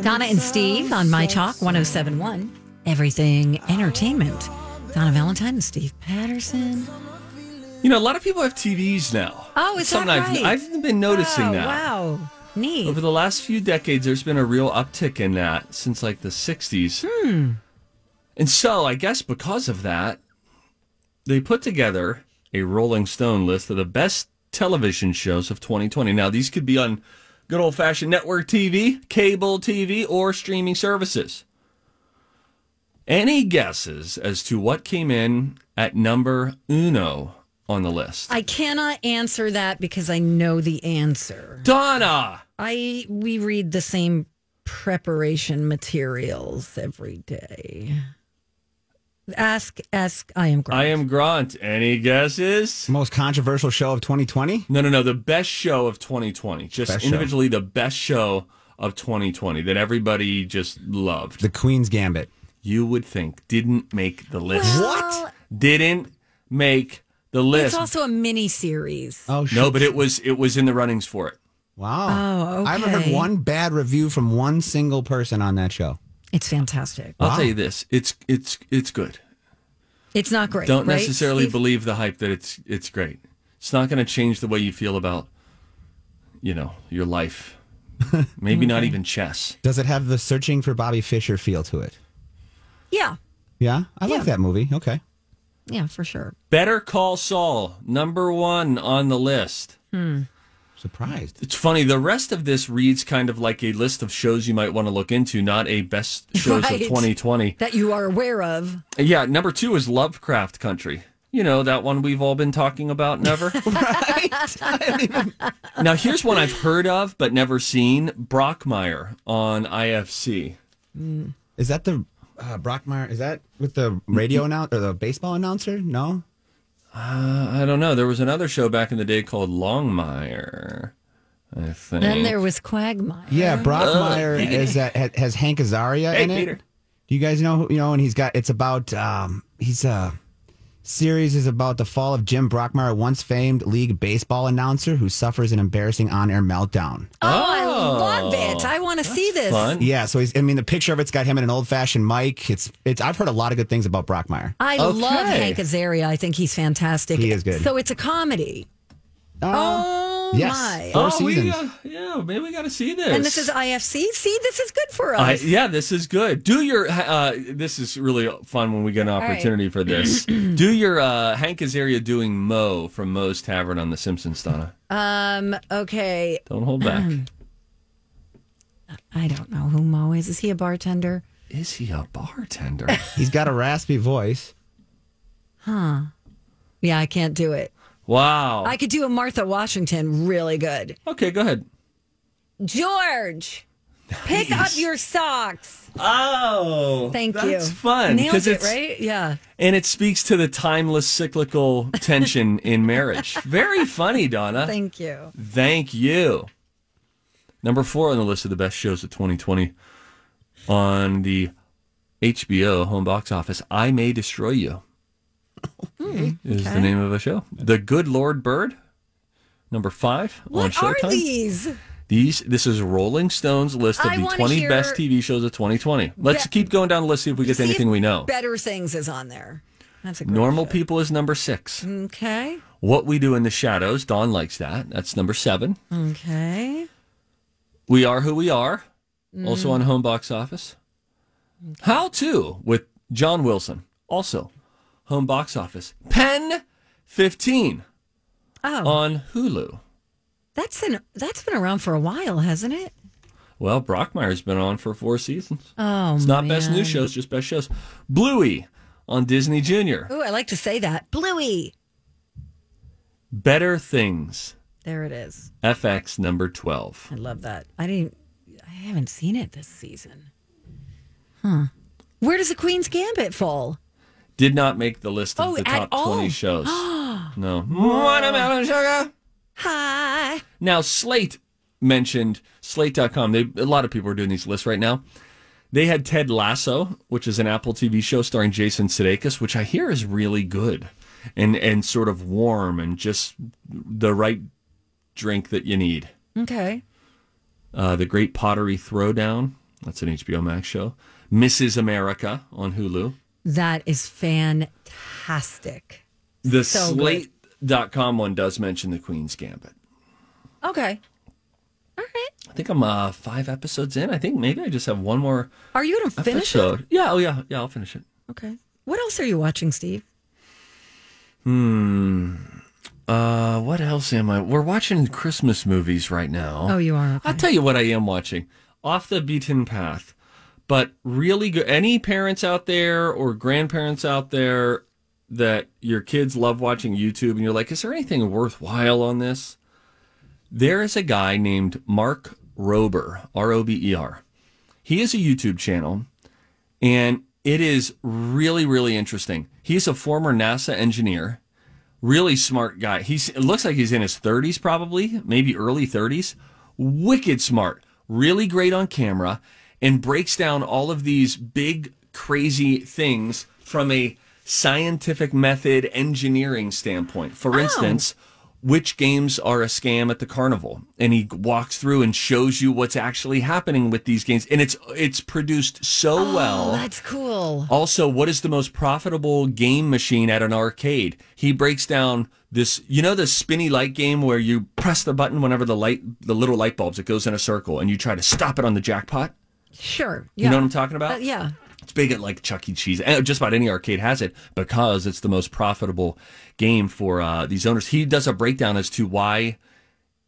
Donna and Steve on My Talk 1071, Everything Entertainment. Donna Valentine and Steve Patterson. You know, a lot of people have TVs now. Oh, is It's that something I've- right? Oh, I've, been noticing wow, that. Wow. Neat. Over the last few decades, there's been a real uptick in that since like the 60s. Hmm. And so, I guess because of that, they put together a Rolling Stone list of the best television shows of 2020. Now, these could be on good old fashioned network TV, cable TV, or streaming services. Any guesses as to what came in at number uno on the list? I cannot answer that because I know the answer. Donna! I we read the same preparation materials every day. Ask, ask. I am. Grant. I am Grant. Any guesses? Most controversial show of 2020? No, no, no. The best show of 2020. Just Best show. individually, the best show of 2020 that everybody just loved. The Queen's Gambit. you would think didn't make the list. Well, Didn't make the It's list. also a mini series. Oh, no, but it was it was in the runnings for it. Wow. Oh, I haven't okay. heard one bad review from one single person on that show. It's fantastic. I'll tell you this. It's it's it's good. It's not great. Don't right, necessarily Steve? believe the hype that it's it's great. It's not going to change the way you feel about you know, your life. Maybe not even chess. Does it have the searching for Bobby Fischer feel to it? Yeah. Yeah, I like that movie. Okay. Yeah, for sure. Better Call Saul, number 1 on the list. Surprised. It's funny. The rest of this reads kind of like a list of shows you might want to look into, not a best shows Right. of 2020. That you are aware of. Yeah, number two is Lovecraft Country. You know, that one we've all been talking about, never. now, here's one I've heard of but never seen Brockmire on IFC. Is that the uh, Brockmire? Is that with the radio announcer or the baseball announcer? No. I don't know. There was another show back in the day called Longmire, I think. Then there was Quagmire. Yeah, Brockmire is that ha- has Hank Azaria Hey, in it. Peter. Do you guys know? who- You know, and he's got. It's about. um He's uh series is about the fall of Jim Brockmire, once famed league baseball announcer who suffers an embarrassing on-air meltdown. Oh, I love it. I want to see this. Oh, Fun. Yeah, so he's. I mean, the picture of it's got him in an old-fashioned mic. It's. It's. I've heard a lot of good things about Brockmire. I love Okay. Hank Azaria. I think he's fantastic. He is good. So it's a comedy. Uh, Oh yes. my. Four Oh, we, seasons. uh, yeah, maybe we got to see this. And this is IFC. See, this is good for I, us. yeah, this is good. Do your uh, this is really fun when we get an right. opportunity for this. Do your uh, Hank Azaria doing Mo from Mo's Tavern on The Simpsons, Donna. um. Okay. Don't hold back. I don't know who Mo is. Is he a bartender? is he a bartender? he's got a raspy voice. Yeah, I can't do it. wow. I could do a Martha Washington really good. okay, go ahead. George, pick up your socks. Oh, Thank that's you. That's fun Nailed it, it's right? Yeah. and it speaks to the timeless cyclical tension in marriage. Very funny, Donna. Thank you. Thank you. Number four on the list of the best shows of 2020 on the HBO home box office, I May Destroy You is the name of a show. The Good Lord Bird, number five on What are Showtime. these? These- this is Rolling Stone's list of I the wanna 20 best hear- TV shows of 2020. Let's Be- keep going down the list, see if we get to See if anything we know. Better Things is on there. That's a great Normal show. People is number six. Okay. What We Do in the Shadows, Dawn likes that. That's number seven. Okay. We Are Who We Are. also Mm. on home box office. How to with John Wilson, also home box office. Pen 15 Oh, on Hulu. that's an that's been around for a while, hasn't it? Well, Brockmire's been on for four seasons. Oh, it's not best new shows, just best shows. Bluey on Disney Junior. Ooh, I like to say that. Bluey. Better Things, There it is. FX number 12. I love that. I didn't. I haven't seen it this season. Huh? Where does the Queen's Gambit fall? Did not make the list of Oh, the at top all? 20 shows. no. Watermelon sugar. Hi. Now, Slate mentioned Slate.com. They, a lot of people are doing these lists right now. They had Ted Lasso, which is an Apple TV show starring Jason Sudeikis, which I hear is really good and and sort of warm and just the right drink that you need. Okay. Uh, the Great Pottery Throwdown. That's an HBO Max show. Mrs. America on Hulu. That is fantastic. The So good. Slate.com one does mention the Queen's Gambit. Okay. All right. I think I'm uh, five episodes in. I think maybe I just have one more Are you gonna finish it? episode. Yeah, oh yeah, yeah, I'll finish it. Okay. What else are you watching, Steve? Uh, what else am I? We're watching Christmas movies right now. Oh, you are. Okay. I'll tell you what I am watching. Off the beaten path, but really good. Any parents out there or grandparents out there that your kids love watching YouTube and you're like, is there anything worthwhile on this? There is a guy named Mark Rober, R O B E R. He is a YouTube channel and it is really, really interesting. He's a former NASA engineer really smart guy. He's it looks like he's in his 30s probably, maybe early 30s. Wicked smart, really great on camera and breaks down all of these big crazy things from a scientific method engineering standpoint. For instance, which games are a scam at the carnival and he walks through and shows you what's actually happening with these games and it's it's produced so well Oh, that's cool. also, what is the most profitable game machine at an arcade? He breaks down this, you know, the spinny light game where you press the button whenever the light, the little light bulbs, it goes in a circle and you try to stop it on the jackpot. Sure. You know what I'm talking about? Uh, yeah. It's big at like Chuck E. Cheese. Eh, Just about any arcade has it because it's the most profitable game for uh, these owners. He does a breakdown as to why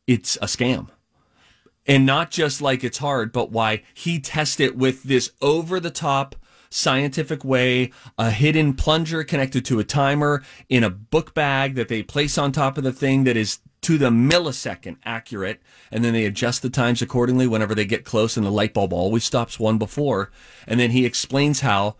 it's a scam. And not just like it's hard, but why he tests it with this over the top scientific way, a hidden plunger connected to a timer in a book bag that they place on top of the thing that is to the millisecond accurate. And then they adjust the times accordingly whenever they get close and the light bulb always stops one before. And then he explains how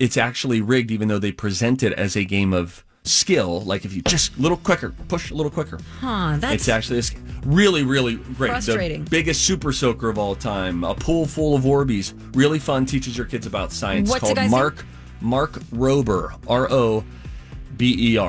it's actually rigged, even though they present it as a game of skill. Like if you just a little quicker, push a little quicker. Huh. That's It's actually it's really, really great. Frustrating. The biggest super soaker of all time. A pool full of Orbeez. Really fun. Teaches your kids about science. What's the called guy's Mark Mark Rober. R O B E R.